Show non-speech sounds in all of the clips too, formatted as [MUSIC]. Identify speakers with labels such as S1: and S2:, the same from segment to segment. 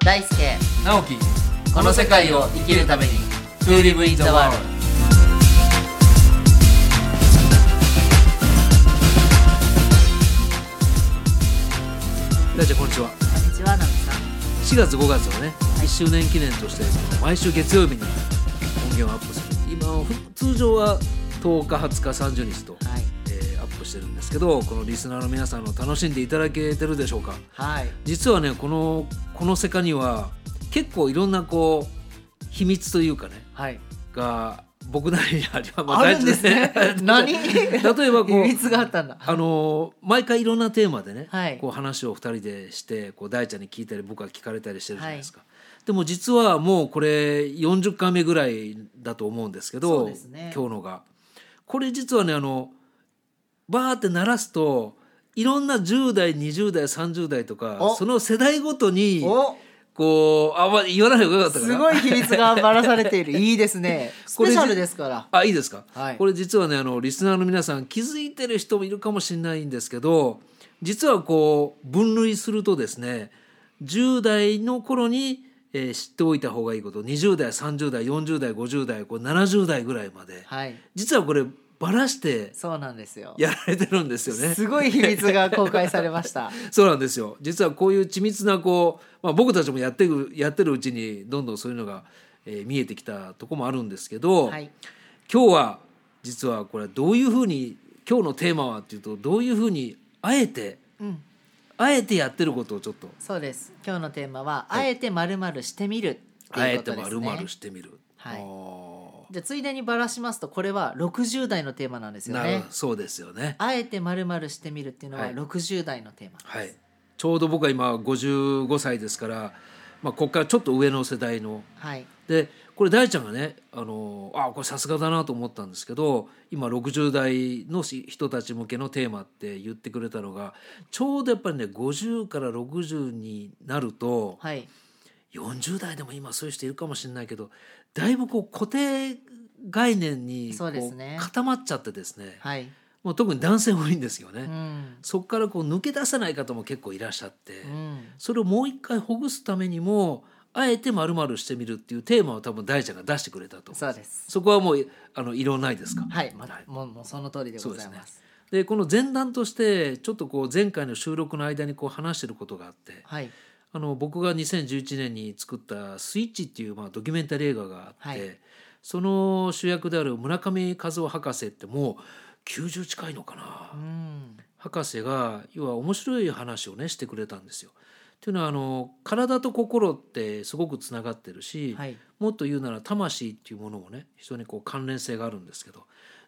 S1: 大輔
S2: 直樹
S1: この世界を生きるために
S2: To live in the world 大ちゃんこんにちは
S1: こんにちはナミさん
S2: 4月5月はね1周年記念として毎週月曜日に音源をアップする今ふ通常は10日20日30日と、
S1: はい
S2: えーアップしてるんですけどこのリスナーの皆さんの楽しんでいただけてるでしょうか
S1: はい
S2: 実はねこのこの世界には結構いろんなこう秘密というかね
S1: はい
S2: が僕なりにありま
S1: [LAUGHS] あるんです
S2: [LAUGHS]
S1: ね何
S2: 例えばこう
S1: 秘密があったんだ
S2: あのー毎回いろんなテーマでね、
S1: はい
S2: こう話を2人でしてこう大ちゃんに聞いたり僕は聞かれたりしてるじゃないですか、でも実はもうこれ40回目ぐらいだと思うんですけ
S1: そう
S2: ど
S1: ですね
S2: 今日のがこれ実はねあのバーって鳴らすといろんな10代20代30代とか
S1: お
S2: その世代ごとに
S1: お
S2: こうあ、まあ、言わない方がよかったかな
S1: すごい秘密がばらされ [LAUGHS] ているいいですねス
S2: こ
S1: ペ
S2: れ
S1: シャルですから
S2: あいいですか、
S1: はい
S2: これ実はねあのリスナーの皆さん気づいてる人もいるかもしれないんですけど実はこう分類するとですね10代の頃に、えー知っておいた方がいいこと20代30代40代50代こう70代ぐらいまで
S1: はい
S2: 実はこれバラして
S1: そうなんですよ
S2: やられてるんですよね。
S1: すごい秘密が公開されました [LAUGHS]
S2: そうなんですよ実はこういう緻密なこう、まあ、僕たちもやってるやってるうちにどんどんそういうのが、えー見えてきたとこもあるんですけど、
S1: はい
S2: 今日は実はこれはどういうふうに今日のテーマはっていうとどういうふうにあえて
S1: うん
S2: あえてやってることをちょっと
S1: そうです今日のテーマは、あえてまるまるしてみるって
S2: あ
S1: いう
S2: え
S1: こと
S2: て
S1: ですね
S2: 丸々してみる。
S1: はい
S2: あー
S1: じゃあついでにばらしますとこれは60代のテーマなんですよ
S2: なる
S1: ね
S2: ほどそうですよね。
S1: あえてまるまるしてみるっていうのは
S2: はい
S1: 60代のテーマ、
S2: はい。ちょうど僕は今55歳ですから、まあここからちょっと上の世代の
S1: はい、
S2: でこれ大ちゃんがねあのあこれさすがだなと思ったんですけど今60代のし人たち向けのテーマって言ってくれたのがちょうどやっぱりね50から60になると
S1: はい、
S2: 40代でも今そういう人いるかもしれないけどだいぶこう固定概念にこ
S1: そうですね
S2: 固まっちゃってですね
S1: はい、
S2: もう特に男性多いんですよね。
S1: うん、
S2: そこからこう抜け出せない方も結構いらっしゃって。
S1: うん、
S2: それをもう一回ほぐすためにもあえて丸々してみるっていうテーマを多分大ちゃんが出してくれたと思
S1: そうです。
S2: そこはもうあの異論ないですか、
S1: はい、ま
S2: はい
S1: もうもうその通りでございます。
S2: でこの前段としてちょっとこう前回の収録の間にこう話してることがあって
S1: はい、
S2: あの僕が2011年に作った「スイッチ」っていうまあドキュメンタリー映画があって、
S1: はい
S2: その主役である村上和夫博士ってもう90近いのかな、
S1: うん、
S2: 博士が要は面白い話をねしてくれたんですよ。というのはあの体と心ってすごくつながってるし、
S1: はい、
S2: もっと言うなら魂っていうものもね非常にこう関連性があるんですけど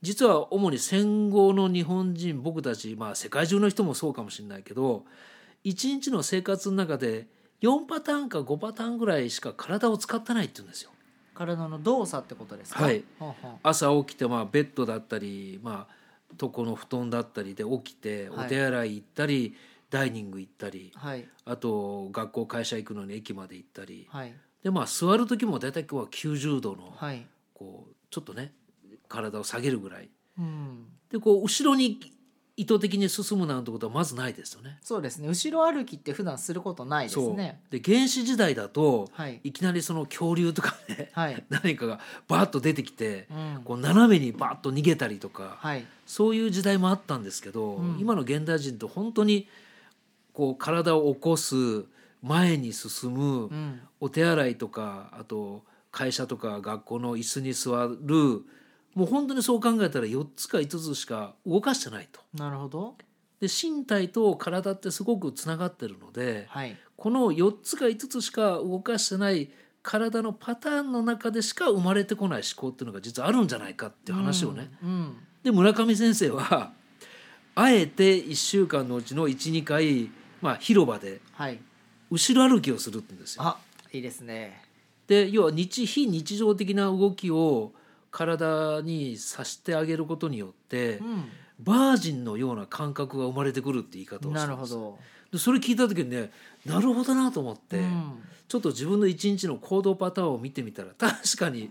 S2: 実は主に戦後の日本人僕たち、まあ、世界中の人もそうかもしれないけど一日の生活の中で4パターンか5パターンぐらいしか体を使ってないって言うんですよ。
S1: 体の動作ってことですか。
S2: はい
S1: ほうほ
S2: 朝起きてまあベッドだったりまあとこの布団だったりで起きて
S1: はい
S2: お手洗い行ったり、ダイニング行ったり
S1: うはい、
S2: あと学校会社行くのに駅まで行ったり
S1: はい、
S2: でまあ座る時も大体今日は90度の
S1: はい、
S2: こうちょっとね体を下げるぐらい
S1: うん、
S2: でこう後ろに意図的に進むなんてことはまずないですよね。
S1: そうですね。後ろ歩きって普段することないです
S2: そう
S1: ね。
S2: で原始時代だと
S1: はい、
S2: いきなりその恐竜とかね
S1: はい、
S2: [LAUGHS] 何かがバーッと出てきて
S1: うん、
S2: こう斜めにバーッと逃げたりとか。
S1: はい、
S2: そういう時代もあったんですけど、
S1: うん
S2: 今の現代人って本当にこう体を起こす前に進
S1: う
S2: む、
S1: ん、
S2: お手洗いとかあと会社とか学校の椅子に座るもう本当にそう考えたら4つか5つしか動かしてないと。
S1: なるほど。
S2: で身体と体ってすごくつながってるので
S1: はい、
S2: この4つか5つしか動かしてない体のパターンの中でしか生まれてこない思考っていうのが実はあるんじゃないかっていう話をね、
S1: うん、うん、
S2: で村上先生はあえて1週間のうちの12回、まあ、広場で
S1: はい、
S2: 後ろ歩きをするって言うんですよ。
S1: あ、いいですね。
S2: で要は日非日常的な動きを体にさしてあげることによって、
S1: う
S2: バージンのような感覚が生まれてくるって言い方
S1: ん、
S2: をし
S1: な
S2: た
S1: る
S2: んで
S1: ほ
S2: す
S1: ど。
S2: でそれ聞いた時にねなるほどなと思って、
S1: うん、
S2: ちょっと自分の一日の行動パターンを見てみたら確かに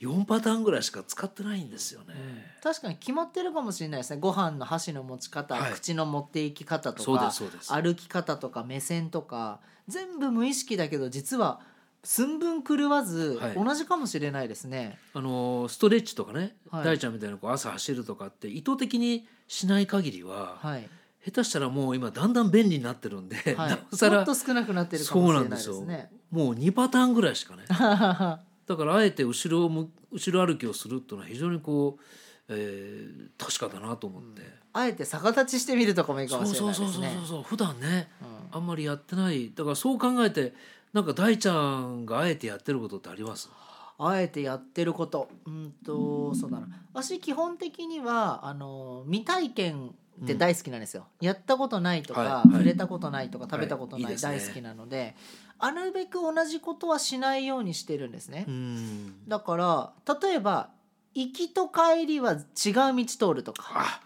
S2: 4パターンぐらいしか使ってないんですよね。
S1: 確かに決まってるかもしれないですねご飯の箸の持ち方、
S2: はい
S1: 口の持っていき方と
S2: そうで
S1: か
S2: すそうです。
S1: 歩き方とか目線とか全部無意識だけど実は寸分狂わず
S2: はい
S1: 同じかもしれないですね。
S2: あのストレッチとかね、
S1: はい
S2: 大ちゃんみたいなこう朝走るとかって意図的にしない限りは、
S1: はい、
S2: 下手したらもう今だんだん便利になってるんで、
S1: は、
S2: ないおさ
S1: も
S2: ら
S1: っと少なくなってるかもしれないです
S2: そうなん
S1: ね。
S2: もう2パターンぐらいしかね
S1: は
S2: だからあえて後ろをむ後ろ歩きをするっていうのは非常にこう、えー確かだなと思って、
S1: [LAUGHS] あえて逆立ちしてみるとかもいいか
S2: そ
S1: も
S2: う
S1: しれ
S2: そ
S1: な
S2: う
S1: いです
S2: そうそう
S1: ね
S2: そう。そう普段ね
S1: うん
S2: あんまりやってないだからそう考えてなんか大ちゃんがあえてやってることってあります
S1: あえてやってること、うんとそうだな。私基本的にはあの未体験って大好きなんですよ。やったことないとか、
S2: はいはい
S1: 触れたことないとか、食べたこと
S2: はい
S1: ないい
S2: いですね
S1: 大好きなので、あるべく同じことはしないようにしてるんですね。
S2: うん
S1: だから例えば行きと帰りは違う道通るとか。
S2: あ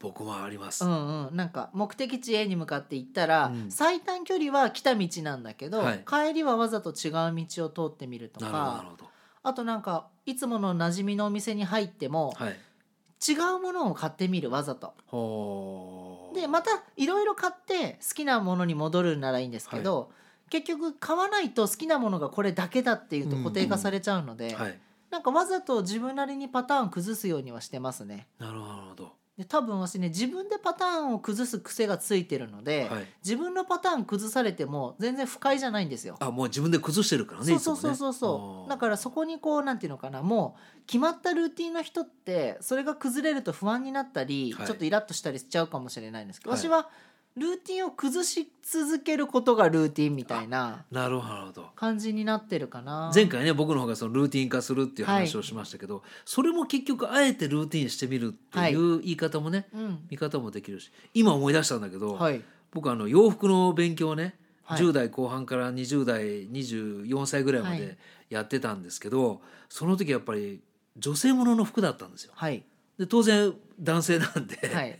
S2: 僕もあります、
S1: うんうん、なんか目的地 A に向かって行ったら、
S2: うん
S1: 最短距離は来た道なんだけど、
S2: はい
S1: 帰りはわざと違う道を通ってみると
S2: なるほど
S1: か
S2: なるほど
S1: あとなんかいつもの馴染みのお店に入っても、
S2: はい
S1: 違うものを買ってみるわざと。
S2: ほー
S1: でまたいろいろ買って好きなものに戻るならいいんですけど、結局買わないと好きなものがこれだけだっていうと固定化されちゃうので、
S2: はい
S1: なんかわざと自分なりにパターン崩すようにはしてますね。
S2: なるほどなるほど
S1: で多分私ね自分でパターンを崩す癖がついてるので、
S2: はい
S1: 自分のパターン崩されても全然不快じゃないんですよ。
S2: あもう自分で崩してるからね
S1: そうそうそうそう
S2: いつも
S1: そ
S2: ね
S1: うだからそこにこうなんていうのかなもう決まったルーティンの人ってそれが崩れると不安になったり、
S2: はい
S1: ちょっとイラッとしたりしちゃうかもしれないんですけど、
S2: はい
S1: 私はルーティンを崩し続けることがルーティンみたいな
S2: あーなるほどなるほど
S1: 感じになってるかな
S2: 前回ね僕の方がそのルーティン化するっていう話
S1: は
S2: をしましたけど、それも結局あえてルーティンしてみるっていう言い方もね、
S1: うん
S2: 見方もできるし今思い出したんだけど、
S1: はい
S2: 僕あの洋服の勉強をね、
S1: はい
S2: 10代後半から20代24歳ぐらいま
S1: は
S2: でやってたんですけど、その時やっぱり女性ものの服だったんですよ。
S1: はい
S2: で当然男性なんで、 [LAUGHS]
S1: はい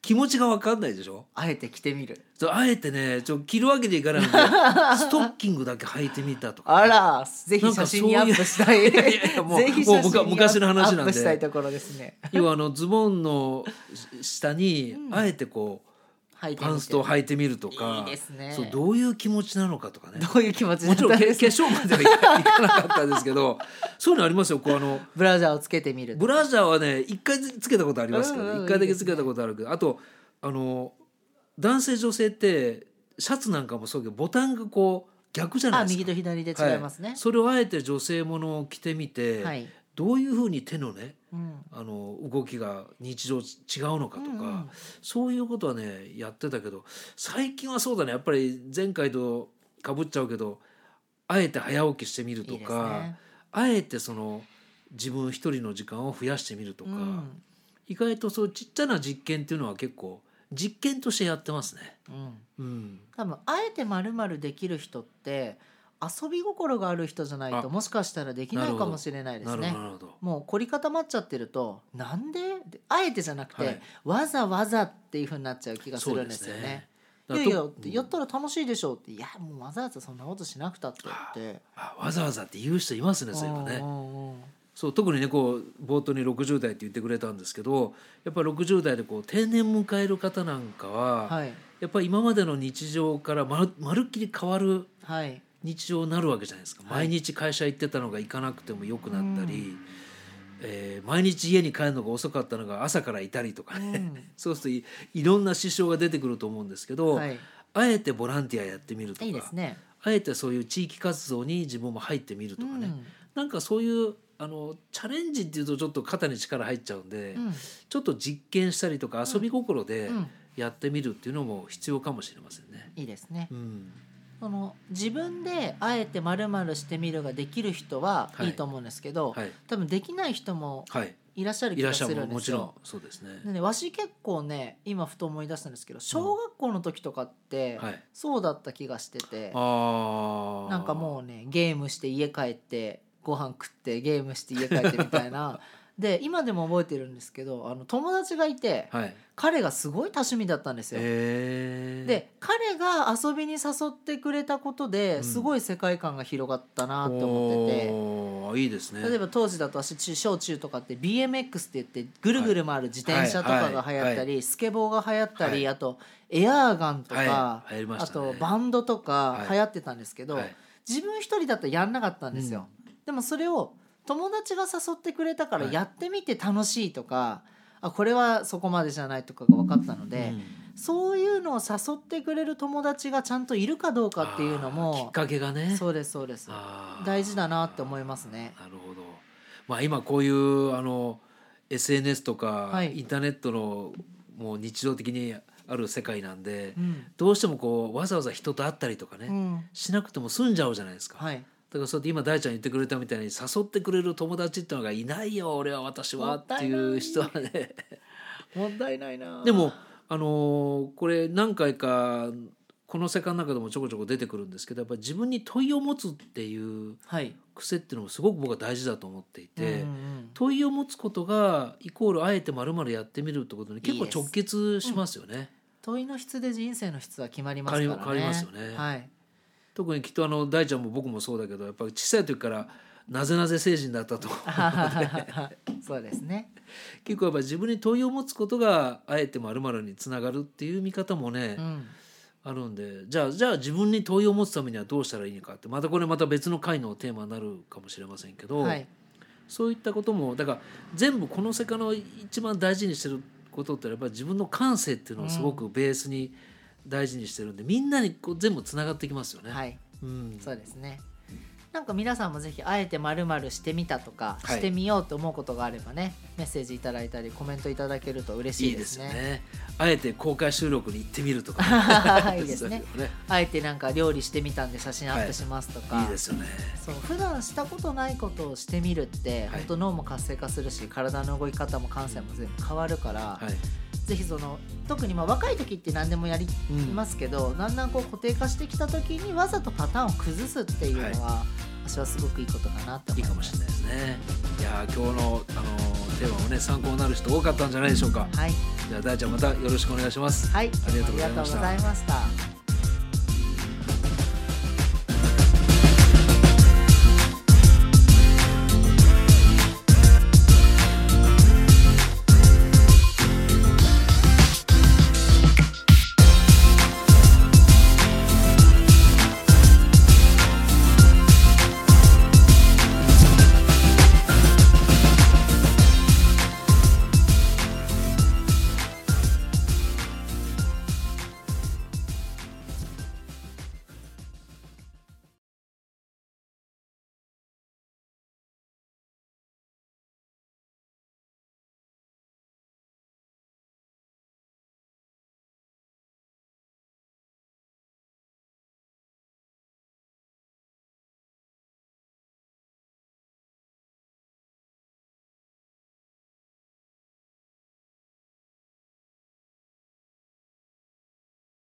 S2: 気持ちが分かんないでしょ
S1: あえて着てみる
S2: そうあえてねちょ着るわけにいかないの
S1: [LAUGHS]
S2: でストッキングだけ履いてみたとか、
S1: あらぜひ写真にアップしたい
S2: いやいやも
S1: [LAUGHS]
S2: う
S1: ぜひ
S2: もう
S1: 写真
S2: 僕は
S1: に
S2: 昔の話なんで
S1: アップしたいところですね
S2: [LAUGHS] 要はあのズボンのし下に
S1: うん
S2: あえてこ
S1: は
S2: う、
S1: い
S2: パンストを履いてみると
S1: い
S2: か
S1: いですね
S2: そうどういう気持ちなのかとか
S1: [LAUGHS]
S2: ね
S1: どういう気持ちだ
S2: も
S1: っ
S2: ち
S1: た
S2: ろん
S1: ん
S2: け
S1: です
S2: 化
S1: か
S2: 粧まではいかいかなかったんですけど [LAUGHS] そういうのありますよこうあの
S1: ブラジャーをつけてみる
S2: ブラジャーはね一回つけたことありますけど
S1: うんうん
S2: ね
S1: うん
S2: 一回だけつけたことあるけどあとあの男性女性ってシャツなんかもそうだけどボタンがこう逆じゃない
S1: あ
S2: ですか
S1: 右と左で違いますね
S2: は、それをあえて女性ものを着てみて、
S1: はい
S2: どういうふうに手のね
S1: うん、
S2: あの動きが日常違うのかとか、
S1: うんうん
S2: そういうことはねやってたけど最近はそうだねやっぱり前回とかぶっちゃうけどあえて早起きしてみると
S1: いいです
S2: か
S1: ね。
S2: あえてその自分一人の時間を増やしてみるとか、
S1: うん
S2: 意外とそういうちっちゃな実験っていうのは結構実験としてやってますね。
S1: うん、
S2: うん、
S1: 多分あえてまるまるできる人って遊び心がある人じゃない
S2: あ
S1: ともしかしたらできな
S2: なる
S1: い
S2: ほど
S1: かもしれないで
S2: な
S1: す
S2: るほど
S1: ね。
S2: なるほど。
S1: もう凝り固まっちゃってるとなんでであえてじゃなくて、
S2: はい
S1: わざわざっていうふうになっちゃう気がす
S2: そう
S1: るん
S2: で
S1: です
S2: す
S1: よ
S2: ね
S1: ね。。
S2: だ
S1: い
S2: か
S1: やい
S2: ら
S1: や
S2: と
S1: ってやったら楽しいでしょうっていやもうわざわざそんなことしなくたってって。
S2: あわざわざって言う人いますねそういえばね
S1: う。んうんうん
S2: そう特にねこう冒頭に60代って言ってくれたんですけどやっぱり60代でこう定年迎える方なんかは、
S1: はい
S2: やっぱり今までの日常からまるまるっきり変わる
S1: はい
S2: 日常になるわけじゃないですか、
S1: はい
S2: 毎日会社行ってたのが行かなくても良くなったり、えー毎日家に帰るのが遅かったのが朝からいたりとかね、
S1: うん
S2: [LAUGHS] そうするといいろんな支障が出てくると思うんですけど、
S1: はい
S2: あえてボランティアやってみるとか
S1: いいですね。
S2: あえてそういう地域活動に自分も入ってみるとかね、
S1: うん
S2: なんかそういうあのチャレンジっていうとちょっと肩に力入っちゃうんで、
S1: うん
S2: ちょっと実験したりとか遊び心で
S1: うん
S2: やってみるっていうのも必要かもしれませんね。
S1: いいですね。
S2: うん、
S1: その自分であえてまるまるしてみるができる人は
S2: はい
S1: いいと思うんですけど、
S2: はい、
S1: 多分できない人も
S2: はい、
S1: いらっしゃる
S2: い
S1: 気
S2: ら
S1: が
S2: っしゃ
S1: する
S2: るも
S1: んで
S2: も
S1: す
S2: ち
S1: よ。
S2: ろんそうですね。
S1: でね、わし結構ね今ふと思い出したんですけど小学校の時とかって、
S2: はい、
S1: そうだった気がしてて
S2: ああ [LAUGHS]
S1: なんかもうねゲームして家帰ってご飯食ってゲームして家帰ってみたいなで今でも覚えてるんですけどあの友達がいて
S2: はい
S1: 彼がすごい多趣味だったんですよ。
S2: えー、
S1: で彼が遊びに誘ってくれたことで
S2: うん
S1: すごい世界観が広がったなと思ってて、
S2: おーいいですね
S1: 例えば当時だと私中小中とかって BMX って言ってぐるぐる回る自転車とかが流行
S2: は
S1: っ
S2: い
S1: た
S2: はい
S1: りスケボーが流行った
S2: は
S1: り
S2: い
S1: あとエアーガンとか
S2: はい、流行りま
S1: あ
S2: したね
S1: とバンドとか
S2: はい
S1: 流行ってたんですけど
S2: はい
S1: 自分一人だったらやんなかったんですよ。でもそれを友達が誘ってくれたから
S2: はい
S1: やってみて楽しいとかあこれはそこまでじゃないとかが分かったので
S2: うん
S1: そういうのを誘ってくれる友達がちゃんといるかどうかっていうの
S2: あーきっ
S1: も
S2: かけがね
S1: そうですそうです
S2: あー
S1: 大事だなって思いますね。
S2: なるほど。まあ今こういうあの SNS とか、
S1: はい
S2: インターネットのもう日常的にある世界なんで、
S1: うん
S2: どうしてもこうわざわざ人と会ったりとかね、
S1: うん
S2: しなくても済んじゃうじゃないですか。
S1: はい、
S2: だからそうやって今大ちゃん言ってくれたみたいに誘ってくれる友達ってのがいないよ俺は私は
S1: も
S2: っ
S1: ったいな
S2: て
S1: い
S2: いう人はね。
S1: もったいないな
S2: でもあのーこれ何回かこの世界の中でもちょこちょこ出てくるんですけどやっぱり自分に問いを持つっていう
S1: はい
S2: 癖っていうのもすごく僕は大事だと思っていて、
S1: うんうん
S2: 問いを持つことがイコールあえてまるまるやってみるってことに結構
S1: いいです
S2: 直結しますよね。
S1: 問いの質で人生の質は決まりますからね
S2: 変わりますよね
S1: はい
S2: 特にきっとあの大ちゃんも僕もそうだけどやっぱり小さい時からなぜなぜ成人だっ
S1: [LAUGHS]
S2: たと [LAUGHS]
S1: そうですね
S2: 結構やっぱ自分に問いを持つことがあえてまるまるにつながるっていう見方もね、
S1: うん
S2: あるんでじゃあじゃあ自分に問いを持つためにはどうしたらいいのかってまたこれまた別の回のテーマになるかもしれませんけど、
S1: はい
S2: そういったこともだから全部この世界の一番大事にしてることってやっぱり自分の感性っていうのをすごくベースに大事にしてるんで、みんなにこう全部つながってきますよね。
S1: はい
S2: うん、
S1: そうですねなんか皆さんもぜひあえてまるまるしてみたとか、
S2: はい
S1: してみようと思うことがあればねメッセージいただいたりコメントいただけると嬉しい
S2: いい
S1: で
S2: です
S1: す
S2: よ
S1: ね
S2: ねあえて公開収録に行ってみるとか、
S1: [LAUGHS] いい
S2: [LAUGHS]
S1: ですね
S2: そういうの
S1: あえてなんか料理してみたんで写真アップしますとか、
S2: ねいいですよね。
S1: そう普段したことないことをしてみるって、
S2: はい
S1: 本当脳も活性化するし体の動き方も感性も全部変わるから、
S2: はい。
S1: ぜひその特にまあ若い時って何でもやり
S2: うん
S1: ますけど、だんだんこう固定化してきた時にわざとパターンを崩すっていうのは、私はすごくいいことかなと思
S2: い
S1: い
S2: い
S1: ま
S2: か
S1: す
S2: もしれないですね。いやー今日のあのーテーマもね参考になる人多かったんじゃないでしょうか。
S1: はい、
S2: じゃあ大ちゃんまたよろしくお願いします。
S1: はい、
S2: ありがとうございました
S1: ありがとうございました